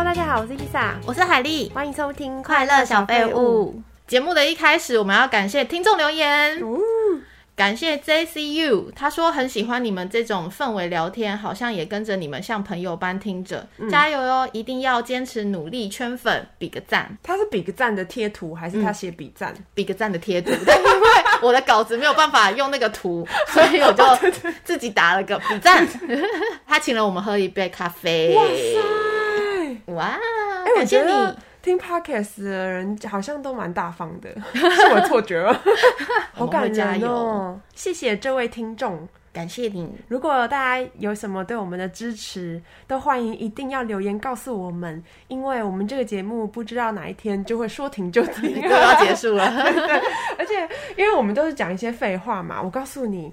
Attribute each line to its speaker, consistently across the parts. Speaker 1: 啦，我是海丽，欢迎收听《
Speaker 2: 快乐小废物。
Speaker 1: 节目的一开始，我们要感谢听众留言，
Speaker 2: 哦
Speaker 1: 感谢 JCU，他说很喜欢你们这种氛围聊天，好像也跟着你们像朋友般听着，
Speaker 2: 嗯
Speaker 1: 加油哟！一定要坚持努力圈粉，比个赞，
Speaker 2: 他是比个赞的贴图，还是他写比赞？
Speaker 1: 比个赞的贴图。 但因为我的稿子没有办法用那个图，所以我
Speaker 2: 哦
Speaker 1: 就自己打了个比赞。他请了我们喝一杯咖啡，
Speaker 2: 哇塞！
Speaker 1: 哇，
Speaker 2: 哎、我
Speaker 1: 感
Speaker 2: 觉
Speaker 1: 谢
Speaker 2: 得
Speaker 1: 你。
Speaker 2: 听 podcast 的人好像都蛮大方的，是我错觉 吗？好
Speaker 1: 我们会
Speaker 2: 感
Speaker 1: 加
Speaker 2: 人
Speaker 1: 油
Speaker 2: 哦！谢谢这位听众。
Speaker 1: 感谢你，
Speaker 2: 如果大家有什么对我们的支持，都欢迎一定要留言告诉我们，因为我们这个节目不知道哪一天就会说停就 停
Speaker 1: 又要结束了。
Speaker 2: 而且因为我们都是讲一些废话嘛，我告诉你，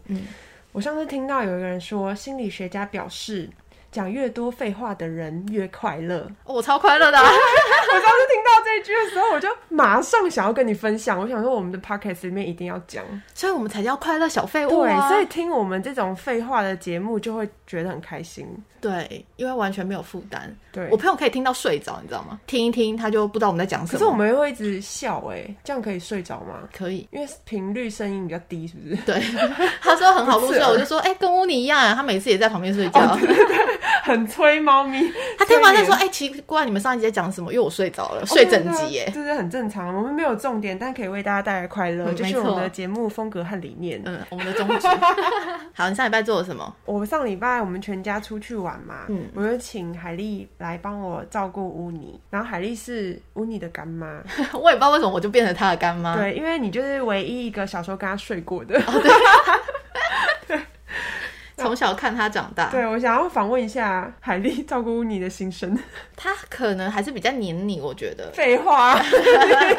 Speaker 2: 我上次听到有一个人说，心理学家表示，讲越多废话的人越快 乐。
Speaker 1: 我超快乐的啊、
Speaker 2: 我上次听到这一句的时候，我就马上想要跟你分享，我想说我们的 podcast 里面一定要讲。
Speaker 1: 所以我们才叫快乐小废物
Speaker 2: 对，
Speaker 1: 啊！
Speaker 2: 所以听我们这种废话的节目就会觉得很开心。
Speaker 1: 对，因为完全没有负担。
Speaker 2: 对
Speaker 1: 我，朋友可以听到睡着，你知道吗？听一听他就不知道我们在讲什
Speaker 2: 可
Speaker 1: 么。
Speaker 2: 是我们会一直笑、哎，这样可以睡着吗？
Speaker 1: 可以。
Speaker 2: 因为频率声音比较低，是不是？
Speaker 1: 对，他说很好入
Speaker 2: 不
Speaker 1: 睡，
Speaker 2: 是啊哦
Speaker 1: 我就说，哎、跟乌尼一样啊，他每次也在旁边睡觉。
Speaker 2: 很催猫咪。
Speaker 1: 他听完
Speaker 2: 催
Speaker 1: 再
Speaker 2: 眠
Speaker 1: 说，哎、奇怪，你们上一集在讲什么？因为我睡
Speaker 2: 哦
Speaker 1: 着了，睡整集耶。
Speaker 2: 啊这是很正常。我们没有重点，但可以为大家带来快乐，
Speaker 1: 嗯
Speaker 2: 就
Speaker 1: 没
Speaker 2: 是
Speaker 1: 错
Speaker 2: 我们的节目风格和理念。
Speaker 1: 嗯，我们的宗 旨。好，你上礼拜做了什么？
Speaker 2: 我上礼拜我们全家出去玩嘛，
Speaker 1: 嗯
Speaker 2: 我就请海丽来帮我照顾乌尼，然后海丽是乌尼的干妈，
Speaker 1: 我也不知道为什么我就变成他的干妈。
Speaker 2: 对，因为你就是唯一一个小时候跟他睡过的。
Speaker 1: 啊从小看他长大，
Speaker 2: 对，我想要访问一下海丽照顾乌尼的心声。
Speaker 1: 他可能还是比较黏你，我觉得。
Speaker 2: 废 话，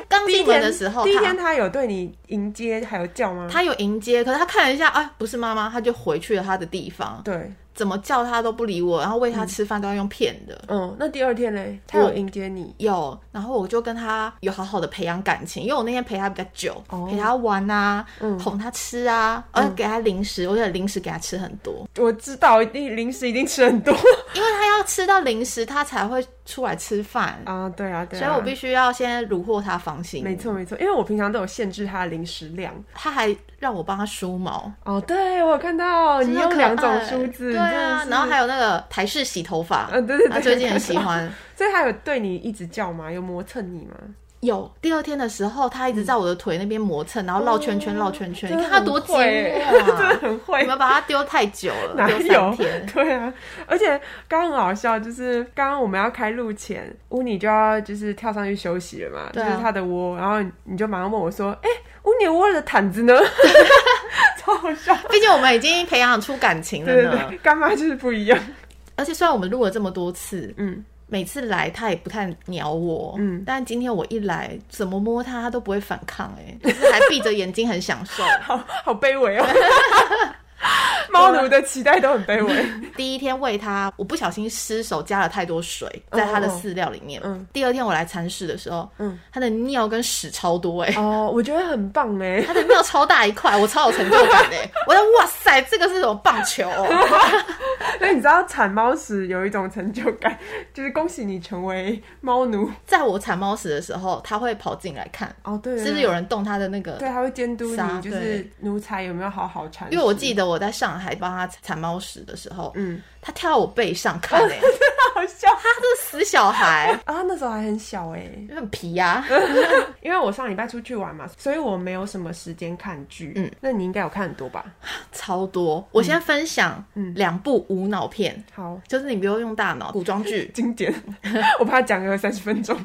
Speaker 1: 刚
Speaker 2: 第一
Speaker 1: 进门
Speaker 2: 天
Speaker 1: 的时候，
Speaker 2: 第一
Speaker 1: 他
Speaker 2: 天他有对你迎接还有叫吗？
Speaker 1: 他有迎接，可是他看了一下，哎，不是妈妈，他就回去了他的地方，
Speaker 2: 对，
Speaker 1: 怎么叫他都不理我，然后喂他吃饭都要用骗的。
Speaker 2: 嗯，那第二天嘞，他
Speaker 1: 我
Speaker 2: 有迎接你，
Speaker 1: 有，然后我就跟他有好好的培养感情，因为我那天陪他比较久，
Speaker 2: 哦
Speaker 1: 陪他玩啊，
Speaker 2: 嗯
Speaker 1: 哄他吃啊，而且给他零食，我觉得零食给他吃很多，
Speaker 2: 我知道一定零食一定吃很多
Speaker 1: 因为他要吃到零食，他才会出来吃饭，
Speaker 2: 啊，对啊，对啊，
Speaker 1: 所以我必须要先虏获他芳心。
Speaker 2: 没错没错，因为我平常都有限制它的零食量。
Speaker 1: 他还让我帮他梳毛，
Speaker 2: 哦，对我有看到哦你
Speaker 1: 真的很
Speaker 2: 用
Speaker 1: 可
Speaker 2: 两种
Speaker 1: 爱
Speaker 2: 梳子，
Speaker 1: 对啊，然后还有那个台式洗头发，
Speaker 2: 嗯、对对
Speaker 1: 他
Speaker 2: 对，
Speaker 1: 最近很
Speaker 2: 看
Speaker 1: 喜
Speaker 2: 到。
Speaker 1: 欢。
Speaker 2: 所以他有对你一直叫吗？有磨蹭你吗？
Speaker 1: 有第二天的时候，他一
Speaker 2: 嗯
Speaker 1: 直在我的腿那边磨蹭，然后绕圈
Speaker 2: 哦
Speaker 1: 圈绕圈圈，你看他多寂
Speaker 2: 会欸， 真
Speaker 1: 寞
Speaker 2: 的
Speaker 1: 啊！
Speaker 2: 很
Speaker 1: 你
Speaker 2: 会。
Speaker 1: 们把它丢太久 了，
Speaker 2: 哪
Speaker 1: 丢三
Speaker 2: 有
Speaker 1: 天？。
Speaker 2: 对啊，而且刚刚很好笑，就是刚刚我们要开录前，乌尼就要就是跳上去休息了嘛，
Speaker 1: 对
Speaker 2: 就
Speaker 1: 啊
Speaker 2: 是他的窝，然后你就马上问我说：“哎、乌尼窝的毯子呢？” 超好笑。
Speaker 1: 毕竟我们已经培养出感情了
Speaker 2: 对
Speaker 1: 呢。
Speaker 2: 对对，干妈就是不一样。
Speaker 1: 而且虽然我们录了这么多次，
Speaker 2: 嗯，
Speaker 1: 每次来他也不太鸟我，
Speaker 2: 嗯
Speaker 1: 但今天我一来，怎么摸他他都不会反抗、哎，就是还闭着眼睛很享 受。
Speaker 2: 好好卑微哦。 猫奴的期待都很卑微，
Speaker 1: 第一天喂它，我不小心失手加了太多水在它的饲料里面。
Speaker 2: 嗯嗯
Speaker 1: 第二天我来餐室的时候，
Speaker 2: 嗯
Speaker 1: 它的尿跟屎超多哎、
Speaker 2: 哦，我觉得很棒哎，
Speaker 1: 它的尿超大一块，我超有成就感哎、我在哇塞，这个是什么棒球哦？
Speaker 2: 那你知道铲猫屎有一种成就感， 就是恭喜你成为猫奴
Speaker 1: 在我铲猫屎的时候，它会跑进来看，
Speaker 2: 哦，对，
Speaker 1: 是不是有人动它的那
Speaker 2: 对，啊
Speaker 1: 个？
Speaker 2: 他会监督
Speaker 1: 撒
Speaker 2: 你，就是奴才有没有好好铲屎，
Speaker 1: 因为我记得我在上海帮它铲猫屎的时候，
Speaker 2: 嗯，
Speaker 1: 它跳到我背上看 哎、
Speaker 2: 好笑
Speaker 1: 它这个死小孩，
Speaker 2: 啊，那时候还很小哎，
Speaker 1: 很皮啊呀、
Speaker 2: 嗯因为我上礼拜出去玩嘛，所以我没有什么时间看剧，
Speaker 1: 嗯，
Speaker 2: 那你应该有看很多吧？
Speaker 1: 超多。我先分享
Speaker 2: 嗯
Speaker 1: 两部无脑片。
Speaker 2: 好，
Speaker 1: 就是你不用用大脑，古 装剧，
Speaker 2: 经典，我怕讲个三十分 钟，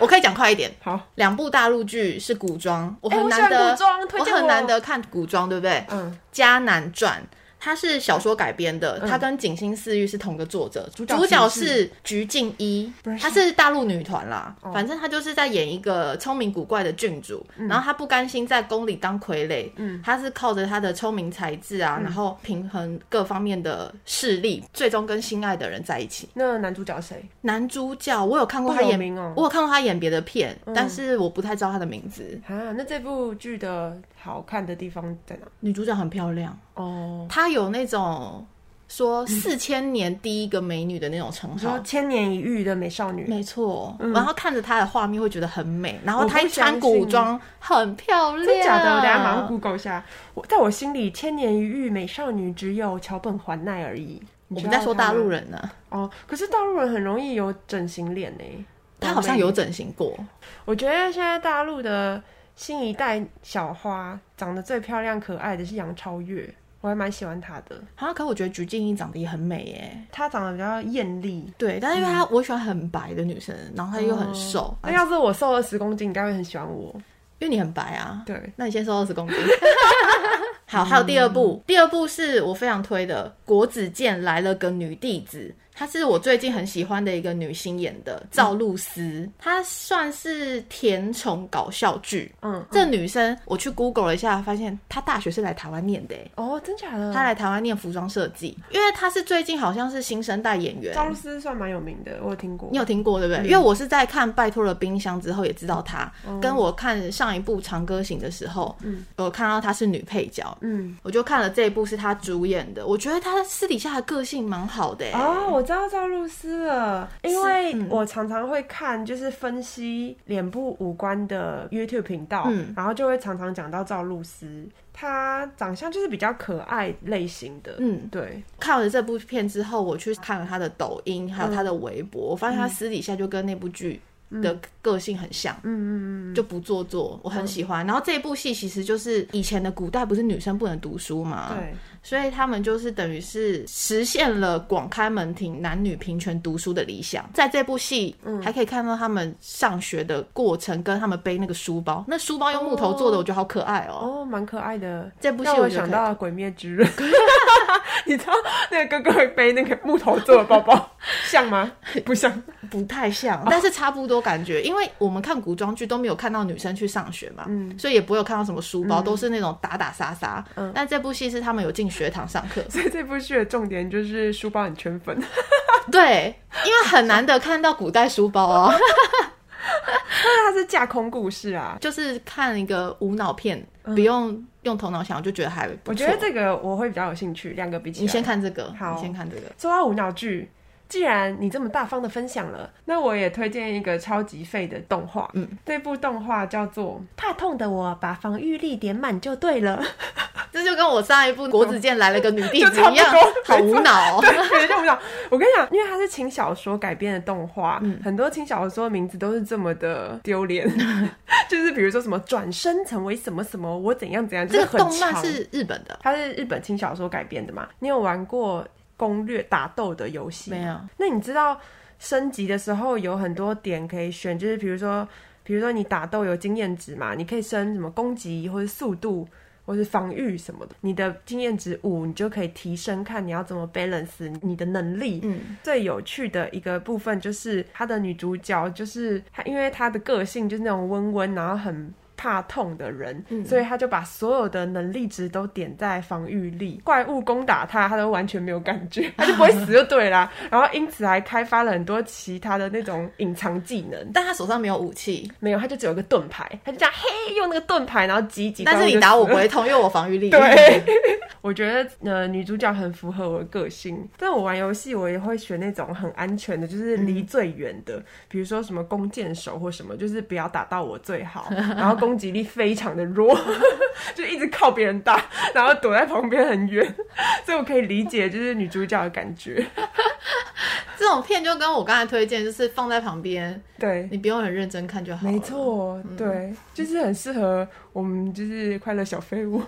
Speaker 1: 我可以讲快一点。
Speaker 2: 好，
Speaker 1: 两部大陆剧是古装，我
Speaker 2: 哎
Speaker 1: 很
Speaker 2: 我喜
Speaker 1: 难
Speaker 2: 欢
Speaker 1: 得，
Speaker 2: 古装推荐
Speaker 1: 很
Speaker 2: 我
Speaker 1: 难得看古装，对不对？
Speaker 2: 嗯，
Speaker 1: 迦南传》它是小说改编的，它跟《锦心似玉》是同个作者，主
Speaker 2: 角
Speaker 1: 主角
Speaker 2: 是
Speaker 1: 是鞠婧祎
Speaker 2: 不是，哦
Speaker 1: 她是大陆女团啦。反正她就是在演一个聪明古怪的郡主，
Speaker 2: 嗯
Speaker 1: 然后她不甘心在宫里当傀儡，嗯，她是靠着她的聪明才智
Speaker 2: 嗯
Speaker 1: 啊，然后平衡各方面的势力，最终跟心爱的人在一起。
Speaker 2: 那男主角谁？
Speaker 1: 男主角，我有看过他
Speaker 2: 不有
Speaker 1: 演，
Speaker 2: 名哦嗯
Speaker 1: 我有看过他演别的片，但是我不太知道他的名字。
Speaker 2: 啊，那这部剧的好看的地方在哪？
Speaker 1: 女主角很漂亮，
Speaker 2: 哦，
Speaker 1: 她有那种说
Speaker 2: 嗯
Speaker 1: 四千年第一个美女的那种称号
Speaker 2: 说。千年一遇的美少女，
Speaker 1: 没错，
Speaker 2: 嗯
Speaker 1: 然后看着她的画面会觉得很美，然后
Speaker 2: 我
Speaker 1: 她
Speaker 2: 不
Speaker 1: 一穿
Speaker 2: 相
Speaker 1: 古
Speaker 2: 信
Speaker 1: 装很漂亮。
Speaker 2: 真假的？我等一下马上 Google 一下。我在我心里，千年一遇美少女只有桥本环奈而已。
Speaker 1: 我
Speaker 2: 你
Speaker 1: 们
Speaker 2: 知道
Speaker 1: 在说
Speaker 2: 她吗
Speaker 1: 大陆人呢、
Speaker 2: 哦，可是大陆人很容易有整形脸呢。
Speaker 1: 她好像有整形过，
Speaker 2: 我觉得现在大陆的新一代小花长得最漂亮可爱的是杨超越，我还蛮喜欢她的。
Speaker 1: 好像可我觉得鞠婧祎长得也很美耶。
Speaker 2: 她长得比较艳丽。
Speaker 1: 对，但是因为她、
Speaker 2: 嗯
Speaker 1: 我喜欢很白的女生，然后她又很瘦，
Speaker 2: 那要是我瘦了十公斤，你应该会很喜欢我。
Speaker 1: 因为你很白啊。
Speaker 2: 对，
Speaker 1: 那你先瘦二十公斤。 好，还有第二部，第二部是我非常推的《国子监来了个女弟子》，她是我最近很喜欢的一个女星演的赵露思，她算是甜宠搞笑剧。
Speaker 2: 嗯，
Speaker 1: 这女生我去 Google 了一下，发现她大学是来台湾念的欸、
Speaker 2: 哦，真假的？
Speaker 1: 她来台湾念服装设计，因为她是最近好像是新生代演员。
Speaker 2: 赵露思算蛮有名的，我有听过。
Speaker 1: 你有听过
Speaker 2: 嗯
Speaker 1: 对不对？因为我是在看《拜托了冰箱》之后也知道她，
Speaker 2: 哦
Speaker 1: 跟我看上一部《长歌行》的时候，嗯，我看到她是女配角，
Speaker 2: 嗯，
Speaker 1: 我就看了这一部是她主演的，我觉得她私底下的个性蛮好的、欸，
Speaker 2: 哦，我知道赵露思了，因为
Speaker 1: 嗯
Speaker 2: 我常常会看就是分析脸部五官的 YouTube 频道，
Speaker 1: 嗯
Speaker 2: 然后就会常常讲到赵露思，她长相就是比较可爱类型的，
Speaker 1: 嗯，
Speaker 2: 对，
Speaker 1: 看了这部片之后，我去看了她的抖音，还有她的微博，
Speaker 2: 嗯
Speaker 1: 我发现她私底下就跟那部剧的个性很像，
Speaker 2: 嗯嗯嗯，嗯
Speaker 1: 就不做作，我很喜欢。然后这一部戏其实就是以前的古代不是女生不能读书嘛，
Speaker 2: 对，
Speaker 1: 所以他们就是等于是实现了广开门庭、男女平权读书的理想。在这部戏，
Speaker 2: 嗯
Speaker 1: 还可以看到他们上学的过程，跟他们背那个书包，那书包用木头做的，我觉得好可爱哦。
Speaker 2: 哦，蛮可爱的。
Speaker 1: 这部戏
Speaker 2: 让我
Speaker 1: 觉得
Speaker 2: 想
Speaker 1: 可以
Speaker 2: 到《鬼灭之刃》， 你知道那个哥哥会背那个木头做的包包，像 吗？不像。
Speaker 1: 不 太像，但是差不多感觉，因为我们看古装剧都没有看到女生去上学嘛，
Speaker 2: 嗯
Speaker 1: 所以也不会有看到什么书包，都是那种打打杀杀。但这部戏是他们有进学堂上课，
Speaker 2: 所以这部剧的重点就是书包很圈粉。
Speaker 1: 对，因为很难得看到古代书包啊。
Speaker 2: 那它是架空故事啊。
Speaker 1: 就是看一个无脑片，不用用头脑想，我就觉得还
Speaker 2: 嗯
Speaker 1: 不错。
Speaker 2: 我觉得这个我会比较有兴趣，两个比起来。
Speaker 1: 你先看这个，
Speaker 2: 好
Speaker 1: 你先看这个。
Speaker 2: 说到无脑剧，既然你这么大方的分享了，那我也推荐一个超级废的动画。嗯，这部动画叫做《怕痛的我把防御力点满就对 了》，
Speaker 1: 这就跟我上一部《国子监来了个女弟子
Speaker 2: 就差》不
Speaker 1: 一样
Speaker 2: 多，
Speaker 1: 好无脑、哦。
Speaker 2: 对，就无脑。我跟你讲，因为它是轻小说改编的动画，
Speaker 1: 嗯
Speaker 2: 很多轻小说的名字都是这么的丢脸， 就是比如说什么转身成为什么什么，我怎样怎样，就
Speaker 1: 这
Speaker 2: 是
Speaker 1: 个
Speaker 2: 很
Speaker 1: 动漫
Speaker 2: 长
Speaker 1: 是日本的，
Speaker 2: 它是日本轻小说改编的嘛？你有玩过攻略打斗的游戏？
Speaker 1: 没有。
Speaker 2: 那你知道升级的时候有很多点可以选，就是比如说，比如说你打斗有经验值嘛，你可以升什么攻击或者速度。或是防御什么的，你的经验值五，你就可以提升，看你要怎么 balance 你的能力。
Speaker 1: 嗯，
Speaker 2: 最有趣的一个部分就是她的女主角，就是她，因为她的个性就是那种温温，然后很怕痛的人，
Speaker 1: 嗯
Speaker 2: 所以她就把所有的能力值都点在防御力。怪物攻打她，她都完全没有感觉，她就不会死就对啦。然后因此还开发了很多其他的那种隐藏技能。
Speaker 1: 但他手上没有武器，
Speaker 2: 没有，她就只有一个盾牌，她就这样嘿，用那个盾牌，然后击一击。
Speaker 1: 但是
Speaker 2: 怪物
Speaker 1: 你
Speaker 2: 就
Speaker 1: 打我
Speaker 2: 死
Speaker 1: 不
Speaker 2: 了
Speaker 1: 会痛，因为我防御 力。
Speaker 2: 对，我觉得呃女主角很符合我的个性，但我玩游戏我也会选那种很安全的，就是离最远的，比如说什么弓箭手或什么，就是不要打到我最好，然后攻击力非常的弱， 就一直靠别人打，然后躲在旁边很远，所以我可以理解就是女主角的感觉。
Speaker 1: 这种片就跟我刚才推荐，就是放在旁边，
Speaker 2: 对，
Speaker 1: 你不用很认真看就好。
Speaker 2: 没。错，对，就是很适合我们就是快乐小废物。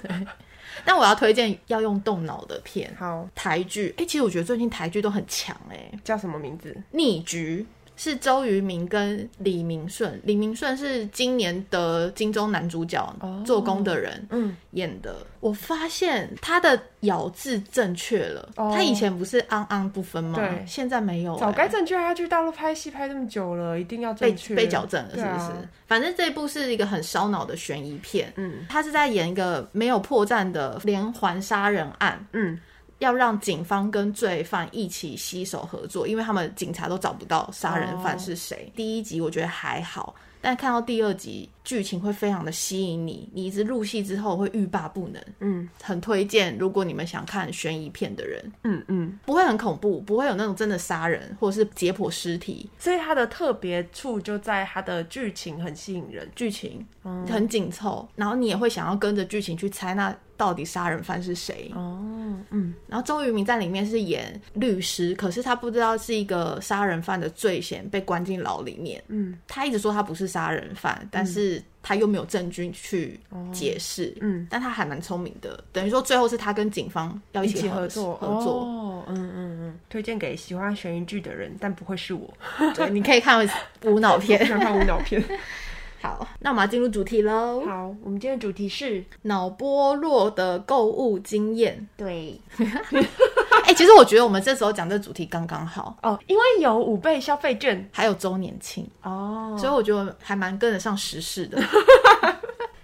Speaker 1: 但我要推荐要用动脑的片，
Speaker 2: 好，
Speaker 1: 台剧。哎、其实我觉得最近台剧都很强哎、
Speaker 2: 叫什么名字？
Speaker 1: 逆局是周渝民跟李明顺，李明顺是今年的金钟男主角
Speaker 2: 哦
Speaker 1: 《做工的人》
Speaker 2: 嗯
Speaker 1: 演的。我发现他的咬字正确了，
Speaker 2: 哦
Speaker 1: 他以前不是昂昂不分吗？
Speaker 2: 对
Speaker 1: 现在没有、欸，
Speaker 2: 早该正确啊，他去大陆拍戏拍这么久了，一定要
Speaker 1: 被
Speaker 2: 正确。
Speaker 1: 被矫正了，是
Speaker 2: 对
Speaker 1: 不
Speaker 2: 啊
Speaker 1: 是？反正这一部是一个很烧脑的悬疑片，
Speaker 2: 嗯
Speaker 1: 他是在演一个没有破绽的连环杀人案，
Speaker 2: 嗯，
Speaker 1: 要让警方跟罪犯一起携手合作，因为他们警察都找不到杀人犯是谁。第一集我觉得还好，但看到第二集剧情会非常的吸引你，你一直入戏之后会欲罢不能。
Speaker 2: 嗯，
Speaker 1: 很推荐，如果你们想看悬疑片的人，
Speaker 2: 嗯嗯，
Speaker 1: 不会很恐怖，不会有那种真的杀人或者是解剖尸体，
Speaker 2: 所以它的特别处就在它的剧情很吸引人，
Speaker 1: 剧情很紧凑，然后你也会想要跟着剧情去猜那到底杀人犯是谁。
Speaker 2: 哦，嗯
Speaker 1: 然后周渝民在里面是演律师，可是他不知道是一个杀人犯的罪嫌被关进牢里面。
Speaker 2: 嗯
Speaker 1: 他一直说他不是杀人犯，但是他又没有证据去解释。
Speaker 2: 哦嗯，
Speaker 1: 但他还蛮聪明的，等于说最后是他跟警方要一
Speaker 2: 一起合
Speaker 1: 合
Speaker 2: 作
Speaker 1: 合作。
Speaker 2: 哦，嗯嗯嗯，推荐给喜欢悬疑剧的人，但不会是我，
Speaker 1: 对，你可以看无脑
Speaker 2: 我
Speaker 1: 片。
Speaker 2: 想看无脑片。
Speaker 1: 好，那我们要进入主题喽。
Speaker 2: 好，我们今天的主题是
Speaker 1: 脑波弱的购物经验。
Speaker 2: 对
Speaker 1: 哎、其实我觉得我们这时候讲这主题刚刚好，
Speaker 2: 哦，因为有五倍消费券
Speaker 1: 还有周年庆，
Speaker 2: 哦，
Speaker 1: 所以我觉得还蛮跟得上时事的。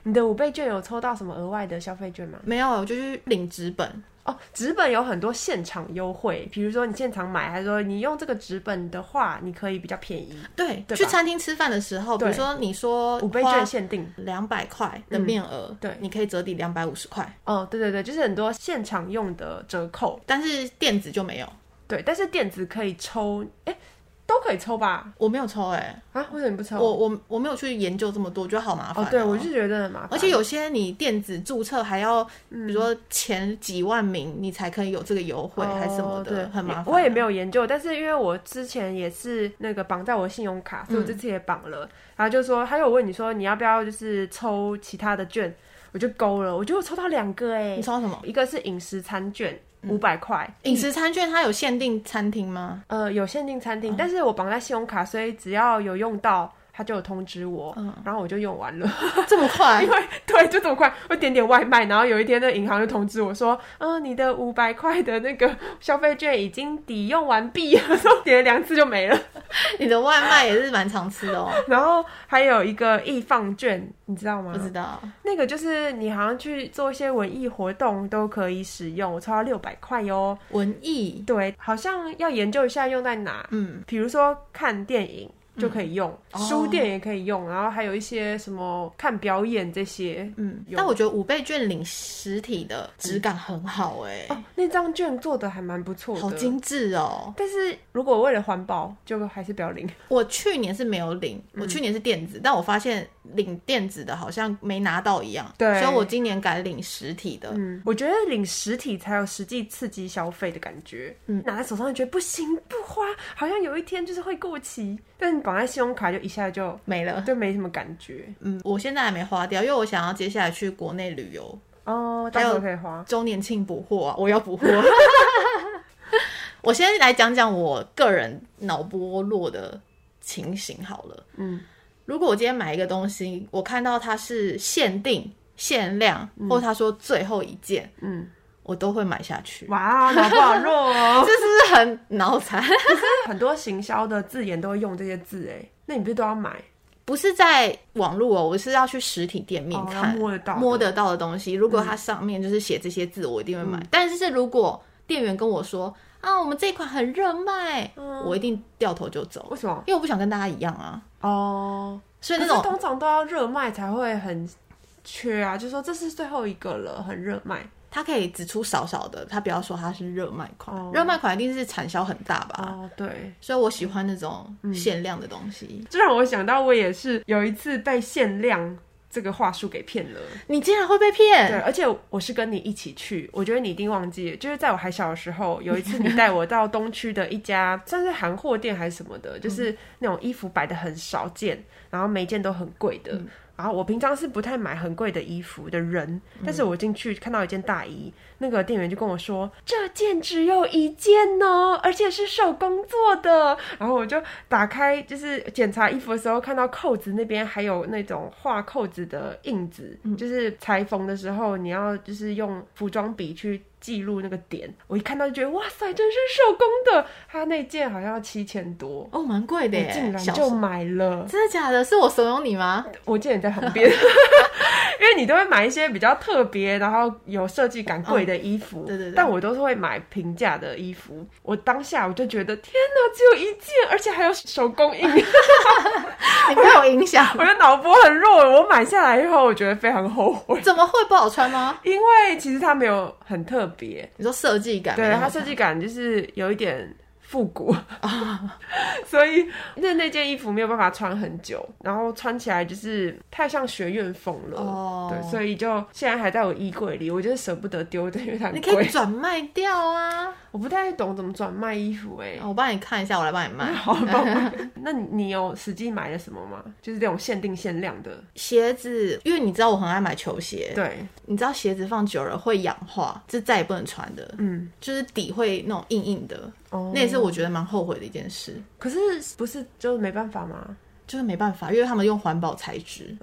Speaker 2: 你的五倍券有抽到什么额外的消费券吗？
Speaker 1: 没有，我就去领纸本，
Speaker 2: 哦，纸本有很多现场优惠，比如说你现场买，还是说你用这个纸本的话，你可以比较便宜，
Speaker 1: 对，
Speaker 2: 对吧
Speaker 1: 去餐厅吃饭的时候，比如
Speaker 2: 对
Speaker 1: 说你说
Speaker 2: 五倍券限定。
Speaker 1: 两百块的面额、
Speaker 2: 对
Speaker 1: 你可以折抵两百五十块，
Speaker 2: 哦，对对对，就是很多现场用的折扣，
Speaker 1: 但是电子就没有，
Speaker 2: 对，但是电子可以抽，哎，都可以抽吧？
Speaker 1: 我没有抽哎、
Speaker 2: 啊，为什么你不抽？
Speaker 1: 我我我没有去研究这么多，我觉得好麻烦、
Speaker 2: 哦，
Speaker 1: 啊
Speaker 2: 对，我就。觉得很麻烦，
Speaker 1: 而且有些你电子注册还要，
Speaker 2: 嗯
Speaker 1: 比如说前几万名你才可以有这个优惠，还是什么
Speaker 2: 哦
Speaker 1: 的，
Speaker 2: 对
Speaker 1: 很麻烦。啊
Speaker 2: 我也没有研究，但是因为我之前也是那个绑在我信用卡，所
Speaker 1: 嗯
Speaker 2: 以我这次也绑了。然后就说，他有问你说你要不要就是抽其他的券，我就勾了，我觉得我抽到两个哎、
Speaker 1: 你抽到什么？
Speaker 2: 一个是饮食餐券五百块，
Speaker 1: 饮食餐券它有限定餐厅 吗？
Speaker 2: 呃，有限定
Speaker 1: 嗯
Speaker 2: 餐厅，但是我绑在信用卡，所以只要有用到，他就有通知我，
Speaker 1: 嗯
Speaker 2: 然后我就用完了。
Speaker 1: 这么快
Speaker 2: 因？为 对，就这么快，我点点外卖，然后有一天那银行就通知我说，嗯、你的五百块的那个消费券已经抵用完毕了， 然后点了两次就没了。
Speaker 1: 你的外卖也是蛮常吃的哦。
Speaker 2: 然后还有一个易放券，你知道吗
Speaker 1: 不？知道，
Speaker 2: 那个就是你好像去做一些文艺活动都可以使用，我抽到六百块哟。
Speaker 1: 文艺，
Speaker 2: 对，好像要研究一下用在哪，
Speaker 1: 嗯，
Speaker 2: 比如说看电影。就可以用、
Speaker 1: 哦
Speaker 2: 书店也可以用，然后还有一些什么看表演这些，
Speaker 1: 嗯，
Speaker 2: 有
Speaker 1: 但我觉得五倍券领实体的质感很好哎、
Speaker 2: 哦，那张券做的还蛮不错的，
Speaker 1: 好精致哦！
Speaker 2: 但是如果为了环保，就还是不要领。
Speaker 1: 我去年是没有领，我去年是电子，但我发现领电子的好像没拿到一样，
Speaker 2: 对
Speaker 1: 所以我今年改领实体的。
Speaker 2: 嗯，我觉得领实体才有实际刺激消费的感觉。
Speaker 1: 嗯
Speaker 2: 嗯，拿在手上就觉得不行，不花，好像有一天就是会过期。但是你绑在信用卡就一下就
Speaker 1: 没了，
Speaker 2: 就没什么感觉。
Speaker 1: 嗯，我现在还没花掉，因为我想要接下来去国内旅游，
Speaker 2: 哦，到
Speaker 1: 还有
Speaker 2: 时候可以花。
Speaker 1: 周年庆补货啊，我要 补货。我先来讲讲我个人脑波落的情形好了。
Speaker 2: 嗯，
Speaker 1: 如果我今天买一个东西，我看到它是限定、限量，或他说最后一件，
Speaker 2: 嗯，
Speaker 1: 我都会买下去。
Speaker 2: 哇，脑不好弱哦
Speaker 1: 这。是不是很脑残？
Speaker 2: 很多行销的字眼都会用这些字，哎，那你不是都要买？
Speaker 1: 不是在网络哦，我是要去实体店面
Speaker 2: 哦
Speaker 1: 看，
Speaker 2: 要摸得到的嗯
Speaker 1: 摸得到的东西。如果它上面就是写这些字，我一定会买。但是如果店员跟我说啊，我们这一款很热卖，
Speaker 2: 嗯
Speaker 1: 我一定掉头就走，
Speaker 2: 为什么？
Speaker 1: 因为我不想跟大家一样啊。
Speaker 2: 哦，
Speaker 1: 所以
Speaker 2: 可
Speaker 1: 那
Speaker 2: 是
Speaker 1: 种
Speaker 2: 通常都要热卖才会很缺啊，就说这是最后一个了，很热卖。
Speaker 1: 他可以只出少少的，他不要说它是热卖款
Speaker 2: 哦，
Speaker 1: 热、卖款一定是产销很大吧。
Speaker 2: 哦，嗯对，
Speaker 1: 所以我喜欢那种限量的东西。
Speaker 2: 这让我想到，我也是有一次被限量这个话术给骗了。
Speaker 1: 你竟然会被
Speaker 2: 对，
Speaker 1: 骗？
Speaker 2: 而且我是跟你一起去，我觉得你一定忘记了，就是在我还小的时候，有一次你带我到东区的一家算是韩货店还是什么的，就是那种衣服摆的很少见，然后每件都很贵的。然后我平常是不太买很贵的衣服的人，但是我进去看到一件大衣，那个店员就跟我说：“这件只有一件哦，而且是手工做的。”然后我就打开，就是检查衣服的时候，看到扣子那边还有那种画扣子的印子，
Speaker 1: 嗯
Speaker 2: 就是裁缝的时候你要就是用服装笔去记录那个点。我一看到就觉得哇塞，真是手工的！它那件好像要七千多，
Speaker 1: 哦，蛮贵的
Speaker 2: 我竟
Speaker 1: 耶，
Speaker 2: 然
Speaker 1: 小
Speaker 2: 就买了。
Speaker 1: 真的假的？是我怂恿你吗？
Speaker 2: 我见你在旁边， 因为你都会买一些比较特别，然后有设计感贵的衣服、
Speaker 1: 嗯对对对
Speaker 2: 但我都是会买平价的衣服。我当下我就觉得，天哪，只有一件，而且还有手工印，
Speaker 1: 你被我影响，
Speaker 2: 我的脑波很弱。我买下来以后，我觉得非常后悔，
Speaker 1: 怎么会不好穿吗？
Speaker 2: 因为其实它没有很特别，
Speaker 1: 你说设计感，
Speaker 2: 对它设计感就是有一点复古 啊，所以那那件衣服没有办法穿很久，然后穿起来就是太像学院风了。
Speaker 1: 哦
Speaker 2: 对，所以就现在还在我衣柜里，我就是舍不得丢的，因为它很
Speaker 1: 你可 以
Speaker 2: 贵。
Speaker 1: 转卖掉 啊！
Speaker 2: 我不太懂怎么转卖衣服哎、
Speaker 1: 我帮你看一下，我来帮你卖。
Speaker 2: 好， 帮我那你你有实际买了什么吗？就是这种限定限量的，
Speaker 1: 鞋子，因为你知道我很爱买球鞋，
Speaker 2: 对，
Speaker 1: 你知道鞋子放久了会氧化，这再也不能穿的，
Speaker 2: 嗯，
Speaker 1: 就是底会那种硬硬的，
Speaker 2: 哦
Speaker 1: 那也是我觉得蛮后悔的一件事。
Speaker 2: 可是不是就没办法吗？
Speaker 1: 就是没办法，因为他们用环保材质。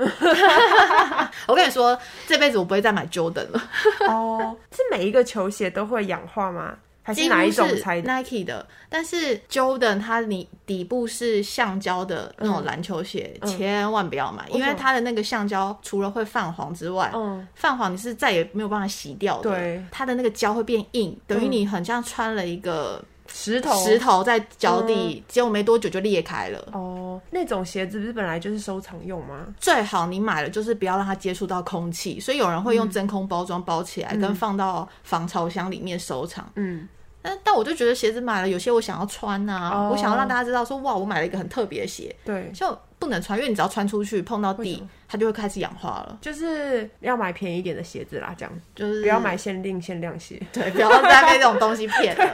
Speaker 1: 我跟你说，这辈子我不会再买 Jordan 了。
Speaker 2: 哦，是每一个球鞋都会氧化吗？还 是哪一种才？
Speaker 1: Nike 的，但是 Jordan 它你底部是橡胶的
Speaker 2: 嗯
Speaker 1: 那种篮球鞋，千万不要买，因为它的那个橡胶除了会泛黄之外，
Speaker 2: 嗯，
Speaker 1: 泛黄你是再也没有办法洗掉的，
Speaker 2: 对，
Speaker 1: 它的那个胶会变硬，等于你很像穿了一个
Speaker 2: 石头，嗯
Speaker 1: 石头在脚底，结果没多久就裂开了。
Speaker 2: 哦，那种鞋子不是本来就是收藏用吗？
Speaker 1: 最好你买了就是不要让它接触到空气，所以有人会
Speaker 2: 嗯
Speaker 1: 用真空包装包起来，跟放到防潮箱里面收藏。
Speaker 2: 嗯，
Speaker 1: 但但我就觉得鞋子买了，有些我想要穿呐、
Speaker 2: 哦
Speaker 1: 我想要让大家知道说，哇，我买了一个很特别的鞋，
Speaker 2: 对，
Speaker 1: 就不能穿，因为你只要穿出去碰到
Speaker 2: 为
Speaker 1: 地，它就会开始氧化了。
Speaker 2: 就是要买便宜一点的鞋子啦，这样
Speaker 1: 就是
Speaker 2: 不要买限定限量鞋。
Speaker 1: 对，哎不要再被这种东西 骗了。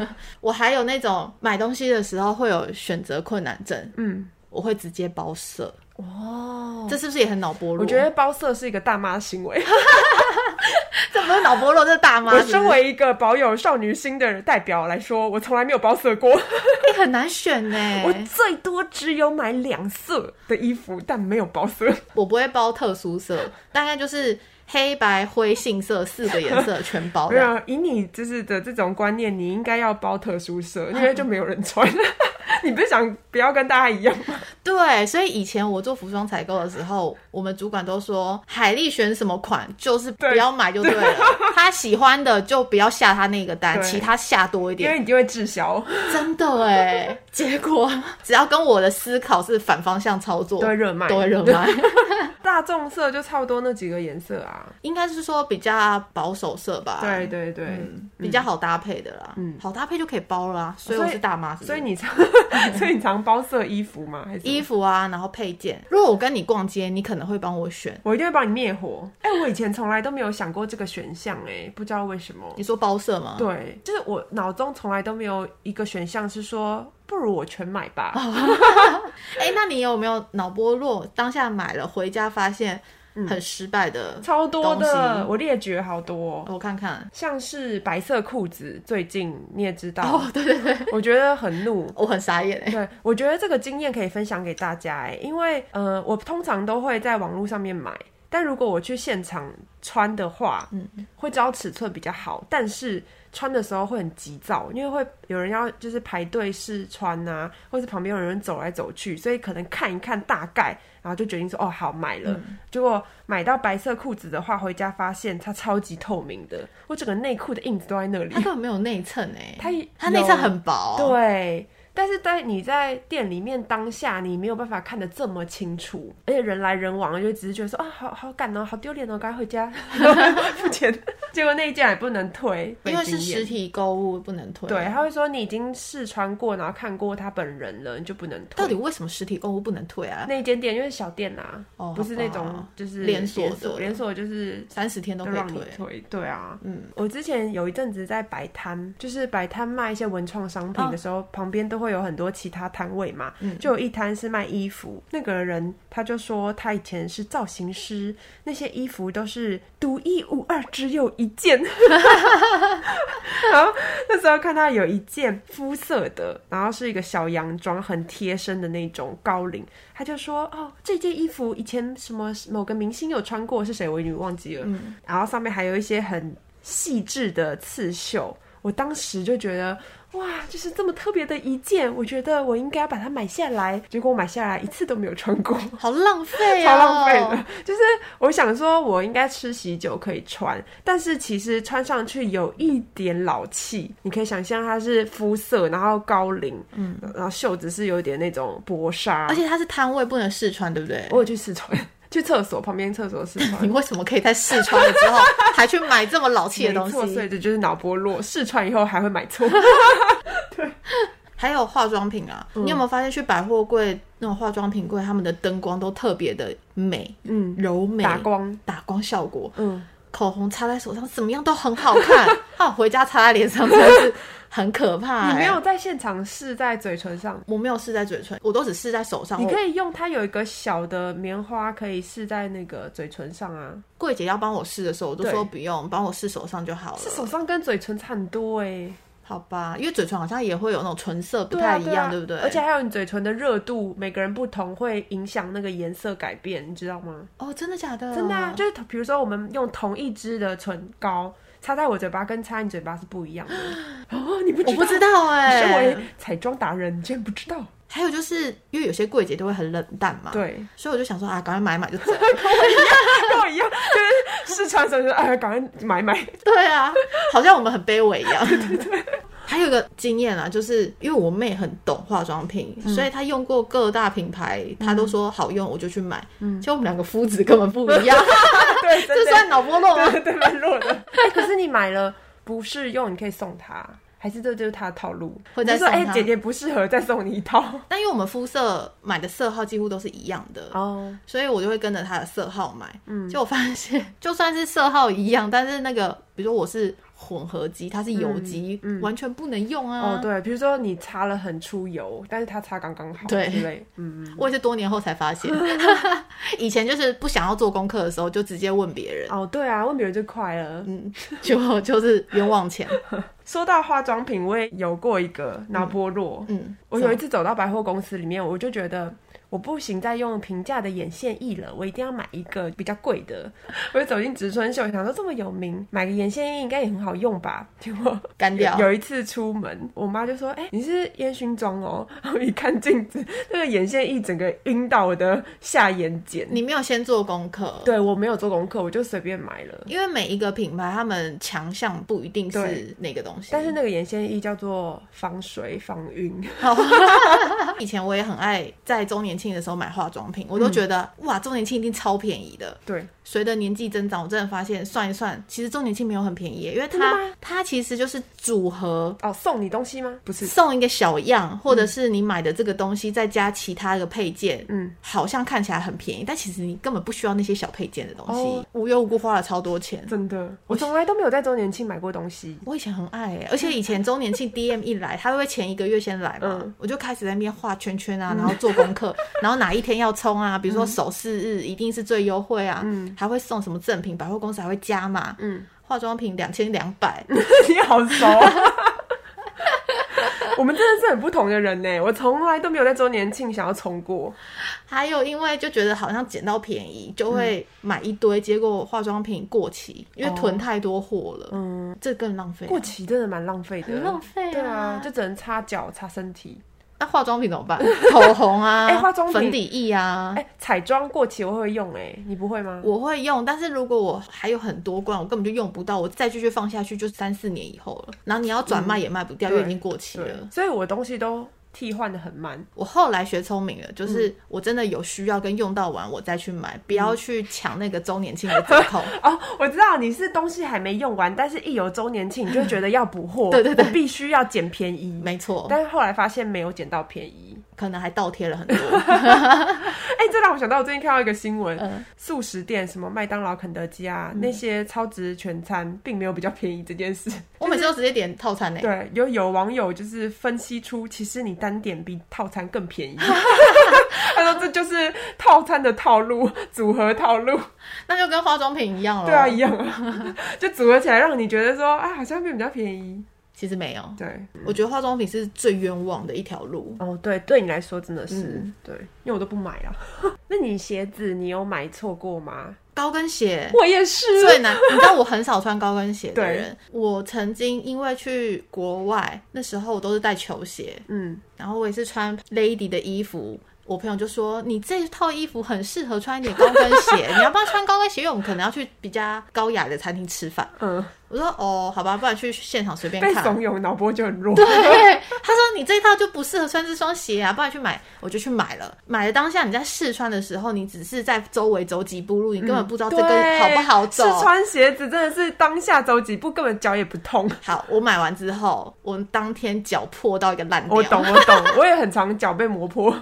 Speaker 1: 我还有那种买东西的时候会有选择困难症，
Speaker 2: 嗯，
Speaker 1: 我会直接包色，
Speaker 2: 哦，
Speaker 1: 这是不是也很脑波弱？
Speaker 2: 我觉得包色是一个大妈行为。
Speaker 1: 这不是脑波弱，这是大妈。
Speaker 2: 我
Speaker 1: 是不
Speaker 2: 身
Speaker 1: 是
Speaker 2: 为一个保有少女心的代表来说，我从来没有包色过，
Speaker 1: 哎很难选呢、
Speaker 2: 我最多只有买两色的衣服，但没有包色。
Speaker 1: 我不会包特殊色，大概就是黑白灰杏色四个颜色全包
Speaker 2: 没
Speaker 1: 的。
Speaker 2: 有，以你就是的这种观念，你应该要包特殊色，因为就没有人穿。 你不是想不要跟大家一样 吗？
Speaker 1: 对，所以以前我做服装采购的时候，我们主管都说海丽选什么款就是不要买就对了，她喜欢的就不要下她那个单，
Speaker 2: 对
Speaker 1: 其他下多一
Speaker 2: 因
Speaker 1: 点。
Speaker 2: 为你就会滞销，
Speaker 1: 真的哎，结果只要跟我的思考是反方向操作，
Speaker 2: 都会热卖
Speaker 1: 都会热 卖。
Speaker 2: 大众色就差不多那几个颜色啊。哎
Speaker 1: 应该是说比较保守色吧，
Speaker 2: 对，对对，
Speaker 1: 比较好搭配的啦，嗯，好搭配就可以包了啊。所以我
Speaker 2: 所以
Speaker 1: 是大妈，是不是
Speaker 2: 所以你 嗯常，所以你常包色衣服吗？还是什么
Speaker 1: 衣服啊，然后配件。如果我跟你逛街，你可能会帮我选。
Speaker 2: 我一定会帮你灭火。哎、我以前从来都没有想过这个选项，哎，不知道为什么。
Speaker 1: 你说包色吗？
Speaker 2: 对，就是我脑中从来都没有一个选项是说，不如我全买吧。
Speaker 1: 哎、那你有没有脑波弱？当下买了回家发现很失败的，
Speaker 2: 嗯超多
Speaker 1: 东
Speaker 2: 的，
Speaker 1: 西
Speaker 2: 我列举了好多、
Speaker 1: 我看看。
Speaker 2: 像是白色裤子，最近你也知道，
Speaker 1: 哦，对对对，
Speaker 2: 我觉得很怒。
Speaker 1: 我很傻眼 哎、
Speaker 2: 对，我觉得这个经验可以分享给大家哎，因为呃，我通常都会在网络上面买，但如果我去现场穿的话，嗯，会知道尺寸比较好，但是穿的时候会很急躁，因为会有人要就是排队试穿啊，或是旁边有人走来走去，所以可能看一看大概，然后就决定说哦好买了。
Speaker 1: 嗯
Speaker 2: 结果买到白色裤子的话，回家发现它超级透明的，我整个内裤的印子都在那里
Speaker 1: 它，根本没有内衬哎，
Speaker 2: 它
Speaker 1: 它内衬
Speaker 2: 有
Speaker 1: 很薄。，
Speaker 2: 对，但是在你在店里面当下，你没有办法看得这么清楚，而且人来人往，就只是觉得说啊，好好感哦，好丢脸哦，赶快回家 付钱。结果那一件也不能退，被
Speaker 1: 因为是
Speaker 2: 经验
Speaker 1: 实体购物不能退。啊
Speaker 2: 对，，他会说你已经试穿过，然后看过他本人了，你就不能退。
Speaker 1: 到底为什么实体购物不能退啊？
Speaker 2: 那一间店因为小店啊，
Speaker 1: 哦
Speaker 2: 不是
Speaker 1: 好吧
Speaker 2: 那种就是
Speaker 1: 连锁的
Speaker 2: 连锁就是
Speaker 1: 三十天都
Speaker 2: 都
Speaker 1: 可以
Speaker 2: 让你
Speaker 1: 退。
Speaker 2: 退，对啊，嗯，我之前有一阵子在摆摊，就是摆摊卖一些文创商品的时候，旁边都会有很多其他摊位嘛，就有一摊是卖衣服，那个人他就说他以前是造型师，那些衣服都是独一无二，只有一件。然后 那时候看到有一件肤色的，然后是一个小洋装，很贴身的那种高领，他就说：“哦，这件衣服以前什么某个明星有穿过，是谁我已经忘记了。然后上面还有一些很细致的刺绣。我当时就觉得。哇，就是这么特别的一件，我觉得我应该要把它买下来。结果我买下来一次都没有穿过，
Speaker 1: 好浪 费、
Speaker 2: 哦，超浪费
Speaker 1: 哎
Speaker 2: 的。就是我想说，我应该吃喜酒可以穿，但是其实穿上去有一点老气。你可以想象它是肤色，然后高领，嗯，然后袖子是有点那种薄纱，
Speaker 1: 而且它是摊位不能试穿，对不对？
Speaker 2: 我有去试穿。去厕所 旁边厕所试穿，
Speaker 1: 你为什么可以在试穿了 之后还去买这么老气的东西？
Speaker 2: 所以这就是脑波弱，试穿以后还会买错。对，
Speaker 1: 还有化妆品啊，嗯、你有没有发现去百货柜那种化妆品柜，他们的灯光都特别的美， 嗯，柔 美
Speaker 2: 打光
Speaker 1: 打光效果，嗯，口红擦在手上怎么样都很好 看，啊，回家擦在脸上真是。很可怕、欸，
Speaker 2: 你没有在现场试在嘴唇上，
Speaker 1: 我没有试在嘴唇，我都只试在手上。
Speaker 2: 你可以用它有一个小的棉花，可以试在那个嘴唇上啊。
Speaker 1: 柜姐要帮我试的时候，我都说不用，帮我试手上就好了。
Speaker 2: 是手上跟嘴唇差很多哎、欸。
Speaker 1: 好吧，因为嘴唇好像也会有那种唇色不太一样，对,啊对,啊、对不对？
Speaker 2: 而且还有你嘴唇的热度，每个人不同，会影响那个颜色改变，你知道吗？
Speaker 1: 哦，真的假的？
Speaker 2: 真的啊，就是比如说我们用同一支的唇膏。擦在我嘴巴跟擦你嘴巴是不一 样的哦，你不
Speaker 1: 我不知道哎、
Speaker 2: 欸，你身为彩妆达人，你竟然不知道。
Speaker 1: 还有就是因为有些柜姐都会很冷淡嘛，
Speaker 2: 对，
Speaker 1: 所以我就想说啊，赶快买买 就走，
Speaker 2: 跟我一样，跟我一样，就是试穿的时候就哎，赶快 买买。
Speaker 1: 对啊，好像我们很卑微一样。 对对对。还有一个经验啊，就是因为我妹很懂化妆品，嗯、所以她用过各大品牌，她都说好用，我就去买。嗯，就我们两个肤质根本不一 样，
Speaker 2: 对，
Speaker 1: 这算脑波弱吗？
Speaker 2: 对，蛮弱的欸。可是你买了不适用，你可以送她。还是这就是他的套路，
Speaker 1: 会再
Speaker 2: 说哎、欸，姐姐不适合，再送你一套。
Speaker 1: 但因为我们肤色买的色号几乎都是一样的哦，oh. 所以我就会跟着他的色号买。嗯，就我发现 就算是色号一样，但是那个比如说我是混合肌，它是油肌，嗯嗯、完全不能用啊。
Speaker 2: 哦，oh, 对，比如说你擦了很出油，但是他擦刚刚好，
Speaker 1: 对，
Speaker 2: 之类。嗯，
Speaker 1: 我也是多年后才 发现，以前就是不想要做功课的时候，就直接问别人。
Speaker 2: 哦，oh, 对啊，问别人就快了。嗯，
Speaker 1: 就就是冤枉钱。
Speaker 2: 说到化妆品，我也有过一个拿波洛、嗯。嗯，我有一次走到百货公司里面，我就觉得我不行，再用平价的眼线液了，我一定要买一个比较贵的。我就走进植村秀，想说这么有名，买个眼线液应该也很好用吧？结果
Speaker 1: 干掉。
Speaker 2: 有一次出门，我妈就说：“哎、欸，你是烟熏妆哦。” 然后一看镜子，那个眼线液整个晕到我的下眼睑。
Speaker 1: 你没有先做功课？
Speaker 2: 对，我没有做功课，我就随便买了。
Speaker 1: 因为每一个品牌他们强项不一定是那个东西。
Speaker 2: 但是那个眼线液叫做防水防晕。
Speaker 1: 以前我也很爱在周年庆的时候买化妆品，我都觉得、嗯、哇，周年庆一定超便宜的。
Speaker 2: 对，
Speaker 1: 随着年纪增长，我真的发现算一算，其实周年庆没有很便宜，因为它它其实就是组合
Speaker 2: 哦，送你东西吗？不是，
Speaker 1: 送一个小样，或者是你买的这个东西再加其他的配件，嗯，好像看起来很便宜，但其实你根本不需要那些小配件的东西，哦、无缘无故花了超多钱。
Speaker 2: 真的，我从来都没有在周年庆买过东西。
Speaker 1: 我以前很爱。而且以前周年庆 DM 一来，他会前一个月先来嘛，嗯、我就开始在那边画圈圈啊，然后做功 课，然后哪一天要冲啊，比如说首饰日一定是最优惠啊，嗯、还会送什么赠品，百货公司还会加嘛，嗯，化妆品两千两百，
Speaker 2: 你好熟、 啊。我们真的是很不同的人呢，我从来都没有在周年庆想要冲过。
Speaker 1: 还有，因为就觉得好像捡到便宜就会买一堆，嗯、结果化妆品过期，因为囤太多货了。嗯、哦，这更浪费、啊。
Speaker 2: 过期真的蛮浪费的，
Speaker 1: 很浪费、啊。
Speaker 2: 对啊，就只能擦脚、擦身体。
Speaker 1: 那、啊、化妆品怎么 办？口红啊，
Speaker 2: 哎欸，化妆
Speaker 1: 粉底液啊，
Speaker 2: 哎、欸，彩妆过期我会用、欸，哎，你不会吗？
Speaker 1: 我会用，但是如果我还有很多罐，我根本就用不到，我再继续放下去就三四年以后了。然后你要转卖也卖不掉，嗯、因为已经过期了。
Speaker 2: 所以我东西都替换的很慢。
Speaker 1: 我后来学聪明了，就是我真的有需要跟用到完我再去
Speaker 2: 嗯
Speaker 1: 买，不要去抢那个周年庆的折 扣。
Speaker 2: 哦，我知道你是东西还没用完，但是一有周年庆你就觉得要补货，
Speaker 1: 对对对，
Speaker 2: 必须要捡便宜，
Speaker 1: 没错。
Speaker 2: 但是后来发现没有捡到便宜。
Speaker 1: 可能还倒贴了很 多，
Speaker 2: 哎欸，这让我想到我最近看到一个新闻，嗯、素食店什么麦当劳、肯德基啊，嗯、那些超值全餐并没有比较便宜这件事。
Speaker 1: 我每次都直接点套餐呢、欸。
Speaker 2: 对，有有网友就是分析出，其实你单点比套餐更便宜。他说这就是套餐的套路，组合套路，
Speaker 1: 那就跟化妆品一样了。
Speaker 2: 对啊，一样 啊，就组合起来让你觉得说，啊，好像比较便宜。
Speaker 1: 其实没有，
Speaker 2: 对，
Speaker 1: 我觉得化妆品是最冤枉的一条路。
Speaker 2: 哦，对，对你来说真的是、嗯、对，因为我都不买啊。那你鞋子你有买错过吗？
Speaker 1: 高跟鞋
Speaker 2: 我也是，
Speaker 1: 最难。你知道我很少穿高跟鞋的人，我曾经因为去国外那时候我都是带球鞋，
Speaker 2: 嗯，
Speaker 1: 然后我也是穿 lady 的衣服。我朋友就说：“你这套衣服很适合穿一点高跟鞋，你要不要穿高跟鞋？因为我们可能要去比较高雅的餐厅吃饭。”
Speaker 2: 嗯，
Speaker 1: 我说：“哦，好吧，不然去现场随便
Speaker 2: 被
Speaker 1: 看。”
Speaker 2: 怂恿，脑波就很弱。
Speaker 1: 对，他说你这一套就不适合穿这双鞋啊，不然去买，我就去买了。买了当下你在试穿的时候，你只是在周围走几步路，你根本不知道这个
Speaker 2: 对
Speaker 1: 好不好 走。
Speaker 2: 试穿鞋子真的是当下走几步根本脚也不痛。
Speaker 1: 好，我买完之后，我当天脚破到一个烂掉，
Speaker 2: 我懂，我懂，我也很常脚被磨 破。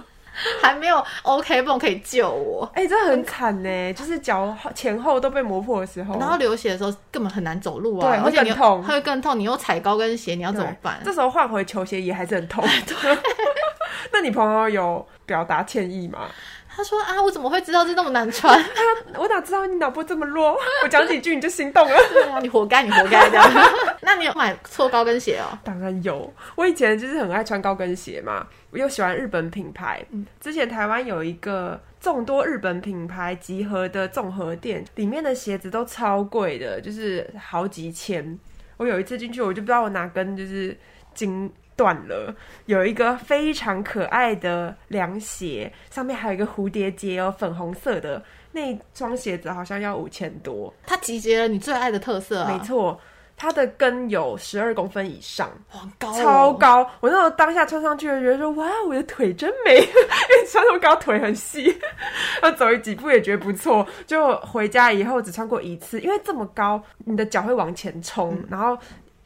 Speaker 1: 还没有 OK 泵可以救我。
Speaker 2: 哎、这很惨呢，就是脚后前后都被磨破的时候，
Speaker 1: 然后流血的时候根本很难走路啊，
Speaker 2: 哦对
Speaker 1: 而且你又
Speaker 2: 会更痛
Speaker 1: 它会更痛，你又踩高跟鞋，你要
Speaker 2: 对
Speaker 1: 怎么办？
Speaker 2: 这时候换回球鞋也还是 很痛。 那你朋友有表达歉意吗？
Speaker 1: 他说啊，我怎么会知道这那么难 穿？
Speaker 2: 我哪知道你脑波这么弱？我讲几句你就心动了。
Speaker 1: 对啊，你活该，你活该这样。 那你有买错高跟鞋哦？
Speaker 2: 当然有，我以前就是很爱穿高跟鞋嘛，我又喜欢日本品牌。之前台湾有一个众多日本品牌集合的综合店，里面的鞋子都超贵的，就是好几千。我有一次进去，我就不知道我哪根就是筋断了，有一个非常可爱的凉鞋，上面还有一个蝴蝶结哦，粉红色的。那一双鞋子好像要五千多，
Speaker 1: 它集结了你最爱的特色啊，
Speaker 2: 没错，它的跟有十二公分以上。
Speaker 1: 哇，很高、哦
Speaker 2: 超。高！我那时候当下穿上去，我觉得说哇，我的腿真美，因 为穿那么高腿很细， 要走几步也觉得不错。就回家以后只穿过一次，因为这么高，你的脚会往前冲，然后。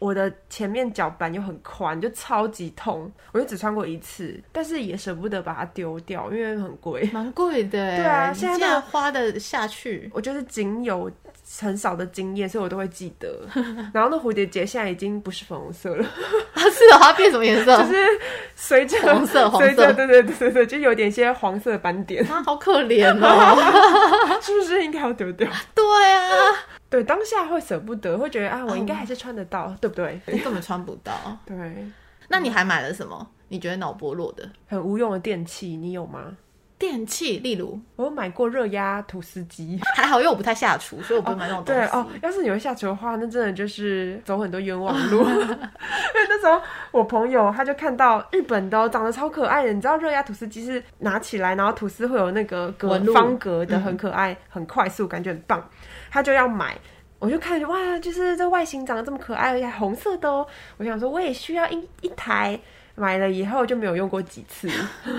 Speaker 2: 我的前面脚板又很宽，就超级痛，我就只穿过一次，但是也舍不得把它丢掉，因为很贵。
Speaker 1: 蛮贵的欸，
Speaker 2: 对啊
Speaker 1: 你
Speaker 2: 现在
Speaker 1: 这
Speaker 2: 那
Speaker 1: 样
Speaker 2: 个
Speaker 1: 花的下去，
Speaker 2: 我就是仅有很少的经验，所以我都会记得。然后那蝴蝶结现在已经不是粉红色了，
Speaker 1: 它是哦，它变什么颜色？
Speaker 2: 就是随着
Speaker 1: 黄色黄色，
Speaker 2: 随着对对对对对，就有点些黄色斑点
Speaker 1: 它啊好可怜 哦。
Speaker 2: 是不是应该要丢掉？
Speaker 1: 对 啊，
Speaker 2: 对，当下会舍不得，会觉得啊，我应该还是穿得到，对不对？
Speaker 1: 你根本穿不到。
Speaker 2: 对，
Speaker 1: 那你还买了什么？你觉得脑薄弱的
Speaker 2: 很无用的电器，你有吗？
Speaker 1: 电器，例如
Speaker 2: 我有买过热压吐司机。
Speaker 1: 还好，因为我不太下厨，所以我不会买那种东西。
Speaker 2: 对哦，要是你会下厨的话，那真的就是走很多冤枉路。因 为那时候我朋友他就看到日本的哦、长得超可爱的，你知道热压吐司机是拿起来，然后吐司会有那个格
Speaker 1: 纹路
Speaker 2: 方格的，很可爱，很快速，感觉很棒，他就要买。我就看哇，就是这外形长得这么可爱，而且还红色的哦。我想说，我也需要一一台。买了以后就没有用过几次，哦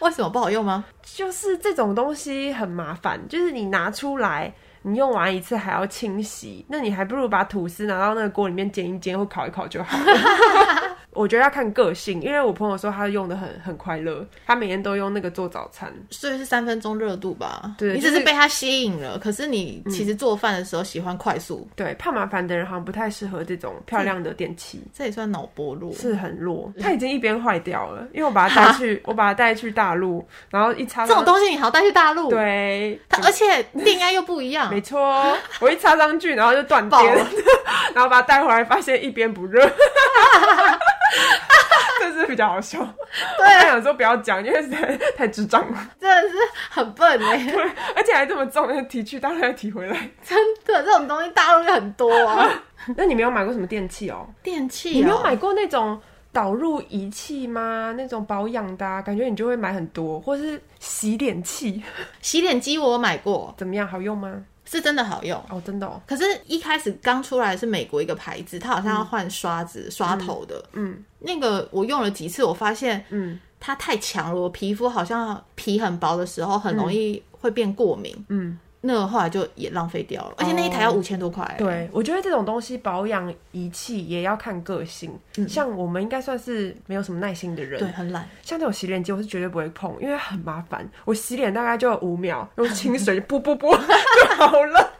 Speaker 1: 为什么不好用吗？
Speaker 2: 就是这种东西很麻烦，就是你拿出来，你用完一次还要清洗，那你还不如把吐司拿到那个锅里面煎一煎或烤一烤就好了。 我觉得要看个性，因为我朋友说他用的很很快乐，他每天都用那个做早餐。
Speaker 1: 所以是三分钟热度吧。
Speaker 2: 对
Speaker 1: 你
Speaker 2: 就
Speaker 1: 只
Speaker 2: 是嗯
Speaker 1: 是被它吸引了，可是你其实做饭的时候喜欢快速，
Speaker 2: 对，怕麻烦的人好像不太适合这种漂亮的电器，
Speaker 1: 这也算脑薄弱。
Speaker 2: 是很弱。
Speaker 1: 嗯
Speaker 2: 它已经一边坏掉了，因为我把它带去，我把它带去大陆，然后一插
Speaker 1: 这种
Speaker 2: 上，
Speaker 1: 东西你还要带去大陆，
Speaker 2: 啊对，
Speaker 1: 它而且电压又不一样
Speaker 2: 没，错，哦我一插上去，然后就断电
Speaker 1: 爆了，
Speaker 2: 然后把它带回来，发现一边不热， 这是比较好笑。对，我想说不要讲，因为实在太智障了，
Speaker 1: 真的是很笨哎、
Speaker 2: 而且还这么重，提去当然要提回来。
Speaker 1: 真的，这种东西大陆有很多啊，
Speaker 2: 那你没有买过什么 电器哦？
Speaker 1: 电器、哦、
Speaker 2: 你没有买过那种导入仪器吗？那种保养的、啊，感觉你就会买很多，或是洗脸器，
Speaker 1: 洗脸机，我有买过，
Speaker 2: 怎么样？好用吗？
Speaker 1: 是真的好用。
Speaker 2: 哦，真的哦，
Speaker 1: 可是，一开始刚出来是美国一个牌子，它好像要换刷子、刷头的。
Speaker 2: 嗯
Speaker 1: 那个我用了几次，我发现
Speaker 2: 嗯
Speaker 1: 它太强了，我皮肤好像皮很薄的时候，很容易会变过敏。
Speaker 2: 嗯。
Speaker 1: 那个后来就也浪费掉了，而且那一台要五千多块、
Speaker 2: 哦
Speaker 1: 欸
Speaker 2: 对，我觉得这种东西保养仪器也要看个性，像我们应该算是没有什么耐心的人。
Speaker 1: 嗯对，很懒。
Speaker 2: 像这种洗脸机，我是绝对不会碰，因为很麻烦。我洗脸大概就五秒，用清水就啵啵啵就好了。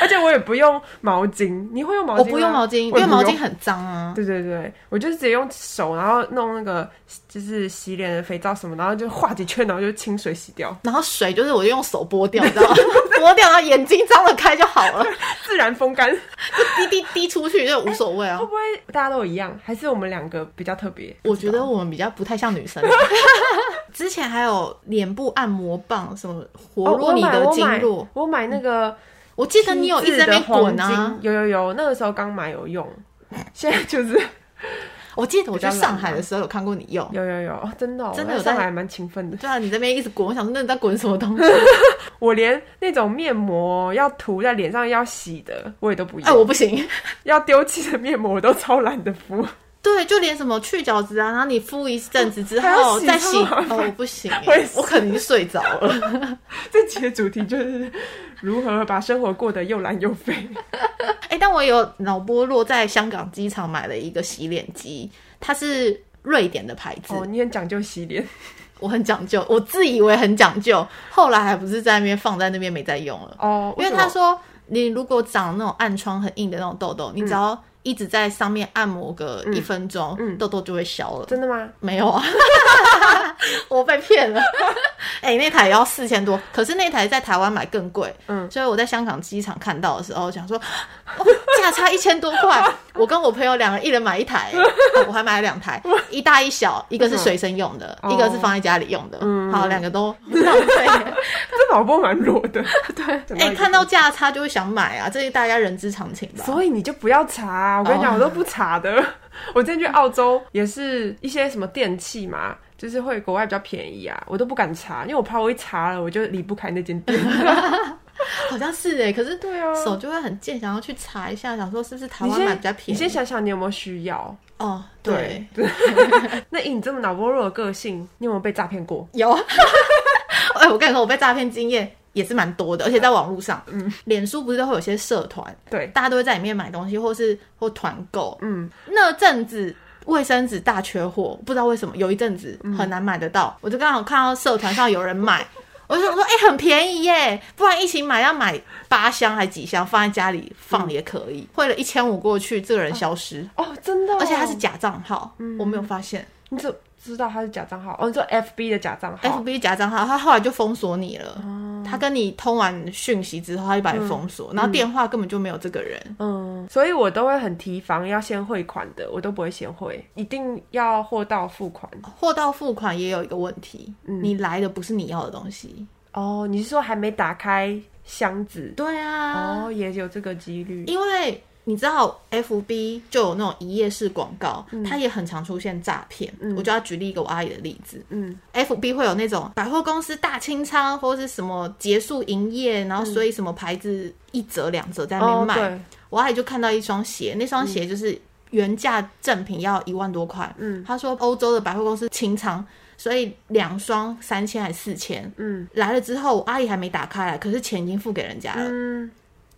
Speaker 2: 而且我也不用毛巾，你会用毛巾吗？
Speaker 1: 我不用毛巾，因
Speaker 2: 我也
Speaker 1: 为
Speaker 2: 不
Speaker 1: 毛
Speaker 2: 用
Speaker 1: 巾很脏啊。
Speaker 2: 对对对，我就是直接用手，然后弄那个就是洗脸的肥皂什么，然后就画几圈，然后就清水洗掉，
Speaker 1: 然后水就是我就用手拨掉，你知道 吗？拨掉，然后眼睛张得开就好了，
Speaker 2: 自然风干。
Speaker 1: 滴滴滴出去就无所谓啊
Speaker 2: 会。不会大家都一样？还是我们两个比较特别？
Speaker 1: 我觉得我们比较不太像女生。 之前还有脸部按摩棒，什么活
Speaker 2: 哦
Speaker 1: 络
Speaker 2: 我
Speaker 1: 你
Speaker 2: 买
Speaker 1: 的
Speaker 2: 我
Speaker 1: 经
Speaker 2: 买
Speaker 1: 络。
Speaker 2: 我买那个
Speaker 1: 我记得你有一直在那边滚
Speaker 2: 精致的
Speaker 1: 啊
Speaker 2: 黄！金，有有有，那个时候刚买有用， 现在就是
Speaker 1: 我记得我去
Speaker 2: 比较懒。
Speaker 1: 上海的时候有看过你用
Speaker 2: 有有有，哦真的、哦、
Speaker 1: 真的有
Speaker 2: 我在上
Speaker 1: 在
Speaker 2: 海还蛮勤奋的。
Speaker 1: 对啊，你这边一直滚，我想说那你在滚什 么东西？
Speaker 2: 我连那种面膜要涂在脸上要洗的，我也都不用。
Speaker 1: 哎，我不行。
Speaker 2: 要丢弃的面膜我都超懒得敷，
Speaker 1: 对，就连什么去角质啊，然后你敷一阵子之
Speaker 2: 还要
Speaker 1: 后
Speaker 2: 洗
Speaker 1: 再洗，
Speaker 2: 头
Speaker 1: 哦，我不行
Speaker 2: 我也，是
Speaker 1: 我可能就睡着了。
Speaker 2: 这期的主题就是如何把生活过得又懒又废。
Speaker 1: 哎，但我有脑波落在香港机场买了一个洗脸机，它是瑞典的牌子，
Speaker 2: 哦，你很讲究洗脸，
Speaker 1: 我很讲究，我自以为很讲究，后来还不是在那边放在那边没再用了。
Speaker 2: 哦，
Speaker 1: 因为
Speaker 2: 什
Speaker 1: 他
Speaker 2: 么
Speaker 1: 说，你如果长那种暗疮很硬的那种痘痘，你只
Speaker 2: 嗯
Speaker 1: 要一直在上面按摩个一分钟，痘痘就会消了。
Speaker 2: 真的吗？
Speaker 1: 没有啊， 我被骗了。 哎、那台也要四千多，可是那台在台湾买更贵。
Speaker 2: 嗯
Speaker 1: 嗯，所以我在香港机场看到的时候，想说，哦价、差一千多 块。我跟我朋友两个一人买一台、哦我还买了两台，一大一小，一个是随身用的，
Speaker 2: 嗯
Speaker 1: 一个是放在家里用的。好，两个都浪 费。
Speaker 2: 这脑波蛮弱 的， 对
Speaker 1: 哎、看到价差就会想买啊，这是大家人之常情吧？
Speaker 2: 所以你就不要查、
Speaker 1: 哦
Speaker 2: 我跟你讲，我都不查的。 我之前去澳洲也是一些什么电器嘛，就是会国外比较便宜啊，我都不敢查，因为我怕我一查了我就离不开那间 店。
Speaker 1: 好像是哎、可是
Speaker 2: 对啊
Speaker 1: 手就会很贱，想要去查一下，想说是不是台
Speaker 2: 你
Speaker 1: 湾买
Speaker 2: 先
Speaker 1: 比较
Speaker 2: 你
Speaker 1: 便
Speaker 2: 先
Speaker 1: 宜？
Speaker 2: 想想你有没有需要。
Speaker 1: 哦，
Speaker 2: 对
Speaker 1: 对，
Speaker 2: 那以你这么脑波弱的个性，你有没有被诈骗过？
Speaker 1: 有。 哎、我跟你说，我被诈骗经验也是蛮多的，而且在网络上，嗯，脸书不是都会有些社团，
Speaker 2: 对，
Speaker 1: 大家都会在里面买东西，或是或团购。
Speaker 2: 嗯，
Speaker 1: 那阵子卫生纸大缺货，不知道为什么有一阵子很难买得到，我就刚好看到社团上有人买。我就想说，哎、很便宜耶！不然一起买，要买八箱还几箱，放在家里放也可以。汇了一千五过去，这个人消失，
Speaker 2: 哦，真的哦、
Speaker 1: 而且他是假账号，我没有发现。
Speaker 2: 你怎么知道他是假账号？哦，你说 FB 的假账号。
Speaker 1: FB 假账号，他后来就封锁你了。他跟你通完讯息之后，他就把你封锁，然后电话根本就没有这个人。
Speaker 2: 嗯，所以我都会很提防，要先汇款的，我都不会先汇，一定要货到付款。
Speaker 1: 货到付款也有一个问题，你来的不是你要的东西。
Speaker 2: 哦，你是说还没打开箱子？
Speaker 1: 对啊，
Speaker 2: 哦，也有这个几率。
Speaker 1: 因为你知道 FB 就有那种一页式广告，它也很常出现诈骗。我就要举例一个我阿姨的例子，
Speaker 2: 嗯
Speaker 1: ，FB 会有那种百货公司大清仓或是什么结束营业，然后所以什么牌子一折两折在那边
Speaker 2: 哦，
Speaker 1: 卖。
Speaker 2: 对，
Speaker 1: 我阿姨就看到一双鞋，那双鞋就是原价正品要一万多块，
Speaker 2: 嗯，
Speaker 1: 她说欧洲的百货公司清仓，所以两双三千还四千，
Speaker 2: 嗯
Speaker 1: 来了之后我阿姨还没打开来，可是钱已经付给人家了，
Speaker 2: 嗯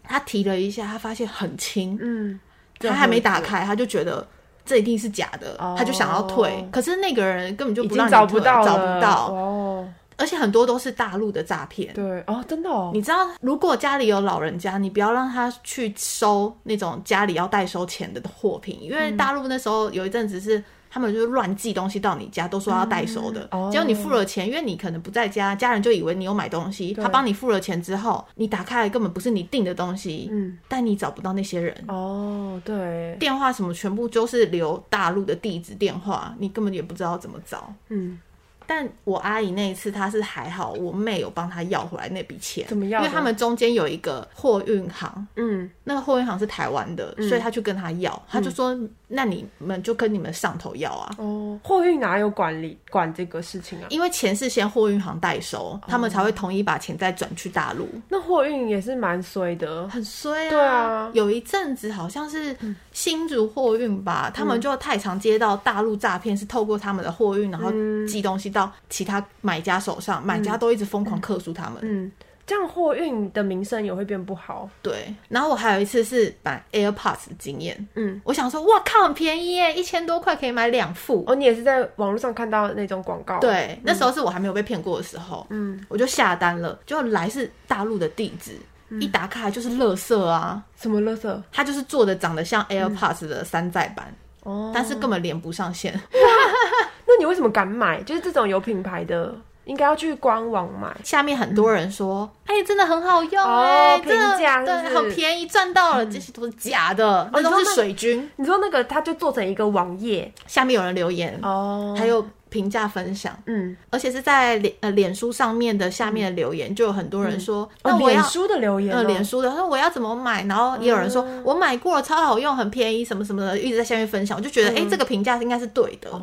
Speaker 1: 她提了一下，她发现很轻，
Speaker 2: 嗯，
Speaker 1: 她还没打开，她就觉得。这一定是假的
Speaker 2: 哦，
Speaker 1: 她就想要退，可是那个人根本就
Speaker 2: 已
Speaker 1: 不
Speaker 2: 经
Speaker 1: 让
Speaker 2: 找
Speaker 1: 你
Speaker 2: 不
Speaker 1: 退，
Speaker 2: 到了，
Speaker 1: 找不到，
Speaker 2: 哦。
Speaker 1: 而且很多都是大陆的诈骗。
Speaker 2: 对哦，真的哦，
Speaker 1: 你知道，如果家里有老人家，你不要让他去收那种家里要代收钱的货品，因为大陆那时候有一阵子是。他们就是乱寄东西到你家，都说要代收的，
Speaker 2: 嗯哦
Speaker 1: 结果你付了钱，因为你可能不在家，家人就以为你有买东西。
Speaker 2: 对
Speaker 1: 他帮你付了钱之后，你打开来根本不是你订的东西，
Speaker 2: 嗯，
Speaker 1: 但你找不到那些人，
Speaker 2: 哦，对，
Speaker 1: 电话什么全部都是留大陆的地址电话，你根本也不知道怎么找。
Speaker 2: 嗯，
Speaker 1: 但我阿姨那一次，她是还好，我妹有帮她要回来那笔钱，
Speaker 2: 怎么要的
Speaker 1: 因为他们中间有一个货运行，
Speaker 2: 嗯，
Speaker 1: 那个货运行是台湾的，所以她去跟他要，她就说：“那你们就跟你们上头要啊，
Speaker 2: 哦，货运哪有管理管这个事情啊？
Speaker 1: 因为钱是先货运行代
Speaker 2: 哦
Speaker 1: 收，他们才会统一把钱再转去大陆。”
Speaker 2: 那货运也是蛮衰的，
Speaker 1: 很衰啊！
Speaker 2: 对啊嗯
Speaker 1: 有一阵子好像是新竹货运吧，他们就太常接到大陆诈骗，是透过他们的货运，然后
Speaker 2: 嗯
Speaker 1: 寄东西到其他买家手上，买家都一直疯狂克诉他们。
Speaker 2: 嗯，这样货运的名声也会变不好。
Speaker 1: 对，然后我还有一次是买 AirPods 的经验，
Speaker 2: 嗯，
Speaker 1: 我想说，哇靠，很便宜耶，一千多块可以买两副。
Speaker 2: 哦，你也是在网络上看到那种广告？，
Speaker 1: 对，那时候是我还没有被骗过的时候，
Speaker 2: 嗯
Speaker 1: 我就下单了，就来是大陆的地址，一打开就是垃圾啊，
Speaker 2: 什么垃圾？
Speaker 1: 它就是做的长得像 AirPods 的山寨版，
Speaker 2: 嗯哦，
Speaker 1: 但是根本连不上线。
Speaker 2: 那你为什么敢买？就是这种有品牌的，应该要去官网买。
Speaker 1: 下面很多人说，哎、真的很好
Speaker 2: 嗯
Speaker 1: 用
Speaker 2: 哦
Speaker 1: 哎、
Speaker 2: 评
Speaker 1: 真的
Speaker 2: 价是不
Speaker 1: 对，
Speaker 2: 是嗯哦
Speaker 1: 好便宜，赚到了，这些都是假的，那
Speaker 2: 你
Speaker 1: 都
Speaker 2: 说
Speaker 1: 是
Speaker 2: 那
Speaker 1: 水军。
Speaker 2: 你说那个，它就做成一个网页
Speaker 1: 下面有人留言，
Speaker 2: 哦
Speaker 1: 还有评价分享，
Speaker 2: 嗯，
Speaker 1: 而且是在脸呃脸书上面的下面的留言，就有很多人说，
Speaker 2: 哦
Speaker 1: 那我
Speaker 2: 脸
Speaker 1: 要。
Speaker 2: 书的留言哦，
Speaker 1: 呃，脸书的，他说我要怎么买，然后也有人说、我买过了，超好用，很便宜，什么什么的，一直在下面分享，我就觉得，哎、这个评价应该是对的，
Speaker 2: 嗯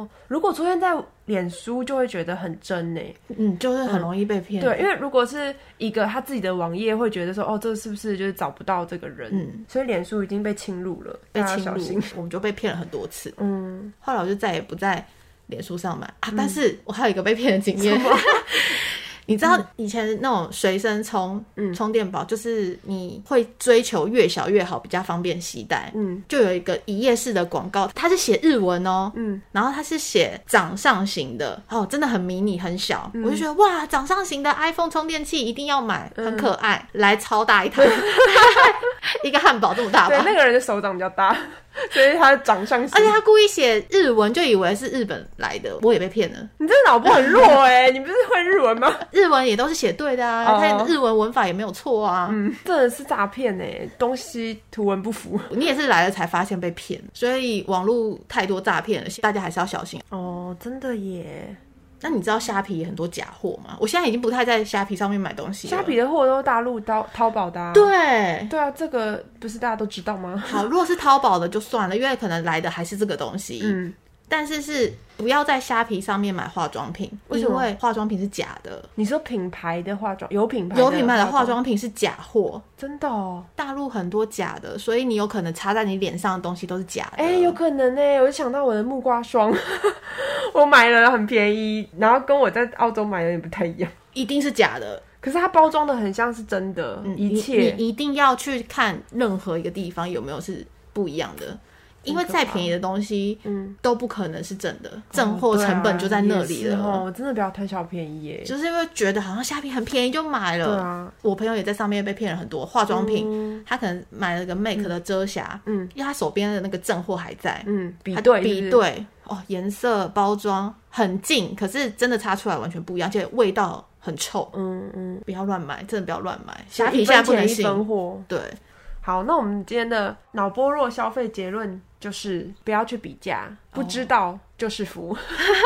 Speaker 2: 哦，如果出现在脸书，就会觉得很真呢、
Speaker 1: 嗯，就是很容易被骗、
Speaker 2: 对，因为如果是一个他自己的网页，会觉得说，哦，这是不是就是找不到这个人？
Speaker 1: 嗯，
Speaker 2: 所以脸书已经被侵入了，
Speaker 1: 被
Speaker 2: 大家要
Speaker 1: 侵
Speaker 2: 小
Speaker 1: 入
Speaker 2: 心。，
Speaker 1: 我们就被骗了很多次。
Speaker 2: 嗯，
Speaker 1: 后来我就再也不在脸书上买啊。但是我还有一个被骗的经验， 你知
Speaker 2: 嗯
Speaker 1: 道以前那种随身充、充电宝，就是你会追求越小越好，比较方便携带。
Speaker 2: 嗯，
Speaker 1: 就有一个一页式的广告，它是写日文哦，
Speaker 2: 嗯，
Speaker 1: 然后它是写掌上型的，哦，真的很迷你很小，
Speaker 2: 嗯
Speaker 1: 我就觉得哇，掌上型的 iPhone 充电器一定要买，
Speaker 2: 嗯
Speaker 1: 很可爱，来超大一台， 一个汉堡这么大吧？哎
Speaker 2: 对，那个人的手掌比较 大，所以他的长相型。
Speaker 1: 而且他故意写日文，就以为是日本来的，我也被骗了。
Speaker 2: 你这个脑波很弱哎、 你不是会日文吗？
Speaker 1: 日文也都是写对的啊，
Speaker 2: 哦
Speaker 1: 他日文文法也没有错啊。
Speaker 2: 嗯，真的是诈骗哎，东西图文不符。
Speaker 1: 你也是来了才发现被骗，所以网络太多诈骗了，大家还是要小心。
Speaker 2: 哦，真的耶，
Speaker 1: 那你知道虾皮也很多假货吗？我现在已经不太在虾皮上面买东西了。
Speaker 2: 虾皮啊的货都是大陆淘淘宝的、啊。
Speaker 1: 对。
Speaker 2: 对啊，这个不是大家都知道吗？
Speaker 1: 好，如果是淘宝的就算了，因为可能来的还是这个东西。
Speaker 2: 嗯，
Speaker 1: 但是是不要在虾皮上面买化妆品，
Speaker 2: 为
Speaker 1: 因
Speaker 2: 什么
Speaker 1: 为化妆品是假的，
Speaker 2: 你说品牌的化妆，有品牌
Speaker 1: 有品牌的
Speaker 2: 化
Speaker 1: 化，妆品是假货。
Speaker 2: 真的哦。
Speaker 1: 大陆很多假的，所以你有可能擦在你脸上的东西都是假的。
Speaker 2: 哎、有可能呢、我就想到我的木瓜霜， 我买了很便宜，然后跟我在澳洲买的也不太一样。
Speaker 1: 一定是假的，
Speaker 2: 可是它包装的很像是真的，
Speaker 1: 嗯
Speaker 2: 一切
Speaker 1: 你你一定要去看任何一个地方有没有是不一样的，因为再便宜的东西，
Speaker 2: 嗯，
Speaker 1: 都不可能是真的，正货成本就在那里了。
Speaker 2: 哦、我真的不要贪小便宜耶、
Speaker 1: 就是因为觉得好像虾皮很便宜就买
Speaker 2: 对
Speaker 1: 了，
Speaker 2: 啊，
Speaker 1: 我朋友也在上面被骗了很多化妆品，
Speaker 2: 嗯
Speaker 1: 他可能买了个 MAC 的遮瑕，
Speaker 2: 嗯，
Speaker 1: 因为他手边的那个正货还在，
Speaker 2: 嗯，比
Speaker 1: 他
Speaker 2: 对
Speaker 1: 比，啊对哦，颜色包装很近，可是真的擦出来完全不一样，而且味道很臭，
Speaker 2: 嗯嗯，
Speaker 1: 不要乱买，真的不要乱买，
Speaker 2: 就是
Speaker 1: 虾皮
Speaker 2: 一
Speaker 1: 现在
Speaker 2: 分
Speaker 1: 不能
Speaker 2: 钱一
Speaker 1: 信。
Speaker 2: 分货。
Speaker 1: 对，
Speaker 2: 好，那我们今天的脑波弱消费结论就是不要去比价，不知道就是福。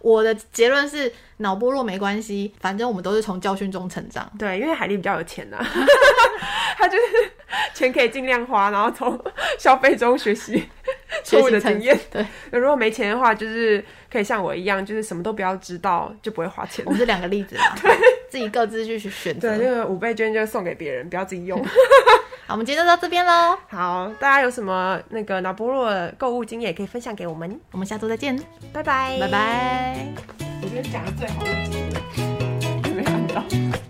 Speaker 1: 我的结论是脑波弱没关系，反正我们都是从教训中成长。
Speaker 2: 对，因为海莉比较有钱呐、啊， 他就是钱可以尽量花，然后从消费中学 习错误的经验。
Speaker 1: 对，
Speaker 2: 如果没钱的话，就是可以像我一样，就是什么都不要知道，就不会花钱
Speaker 1: 我。们是两个例子啦，自己各自去选 择
Speaker 2: 对，。那个五倍券就送给别人，不要自己 用。
Speaker 1: 好，我们今天就到这边喽，
Speaker 2: 好，大家有什么那个脑波弱的购物经验，也可以分享给我们。
Speaker 1: 我们下周再见，
Speaker 2: 拜拜，
Speaker 1: 拜。拜。
Speaker 2: 我觉得讲的最好的结尾，有没有看到？